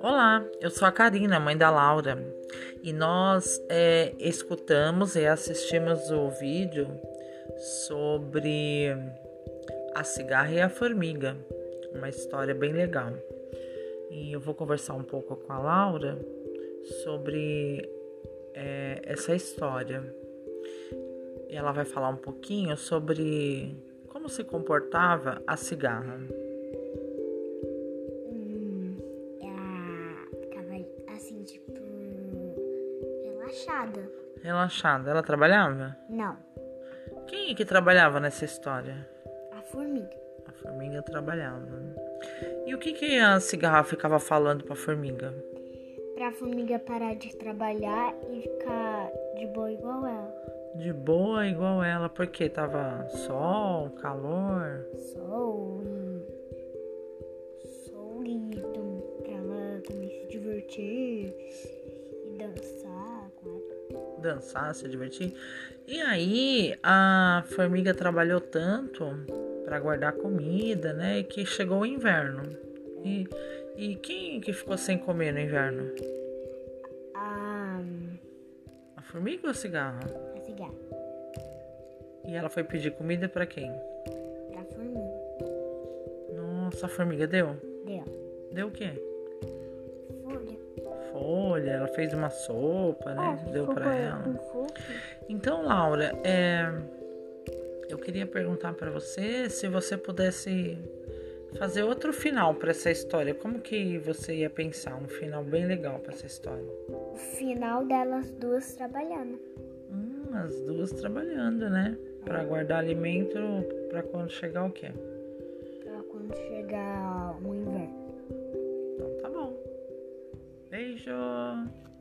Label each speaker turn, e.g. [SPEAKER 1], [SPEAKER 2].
[SPEAKER 1] Olá, eu sou a Karina, mãe da Laura, e nós é, escutamos e assistimos o vídeo sobre a cigarra e a formiga, uma história bem legal. E eu vou conversar um pouco com a Laura sobre é, essa história. E ela vai falar um pouquinho sobre como se comportava a cigarra.
[SPEAKER 2] Hum, ela ficava assim, tipo. relaxada.
[SPEAKER 1] Relaxada, ela trabalhava?
[SPEAKER 2] Não,
[SPEAKER 1] Quem é que trabalhava nessa história?
[SPEAKER 2] a formiga.
[SPEAKER 1] A formiga trabalhava. E o que, que a cigarra ficava falando pra formiga?
[SPEAKER 2] Pra formiga parar de trabalhar e ficar de boa igual ela.
[SPEAKER 1] De boa, igual ela, porque tava sol, calor.
[SPEAKER 2] Sol e. Sol e então, pra ela também se divertir e dançar com ela.
[SPEAKER 1] dançar, se divertir. E aí a formiga trabalhou tanto para guardar comida, né? Que chegou o inverno. E, e quem que ficou sem comer no inverno?
[SPEAKER 2] A.
[SPEAKER 1] A formiga ou a cigarra?
[SPEAKER 2] a cigarra.
[SPEAKER 1] E ela foi pedir comida para quem?
[SPEAKER 2] Pra formiga.
[SPEAKER 1] Nossa, a formiga deu.
[SPEAKER 2] Deu.
[SPEAKER 1] Deu o quê?
[SPEAKER 2] Folha.
[SPEAKER 1] Folha, ela fez uma sopa, né?
[SPEAKER 2] Ah,
[SPEAKER 1] deu
[SPEAKER 2] ficou
[SPEAKER 1] para
[SPEAKER 2] com-
[SPEAKER 1] ela.
[SPEAKER 2] com fogo.
[SPEAKER 1] Então, Laura, é, eu queria perguntar para você se você pudesse fazer outro final para essa história. Como que você ia pensar um final bem legal para essa história?
[SPEAKER 2] O final delas duas trabalhando.
[SPEAKER 1] Hum, as duas trabalhando, né? Para guardar alimento para quando chegar o quê?
[SPEAKER 2] Pra quando chegar o inverno.
[SPEAKER 1] Então, tá bom. Beijo.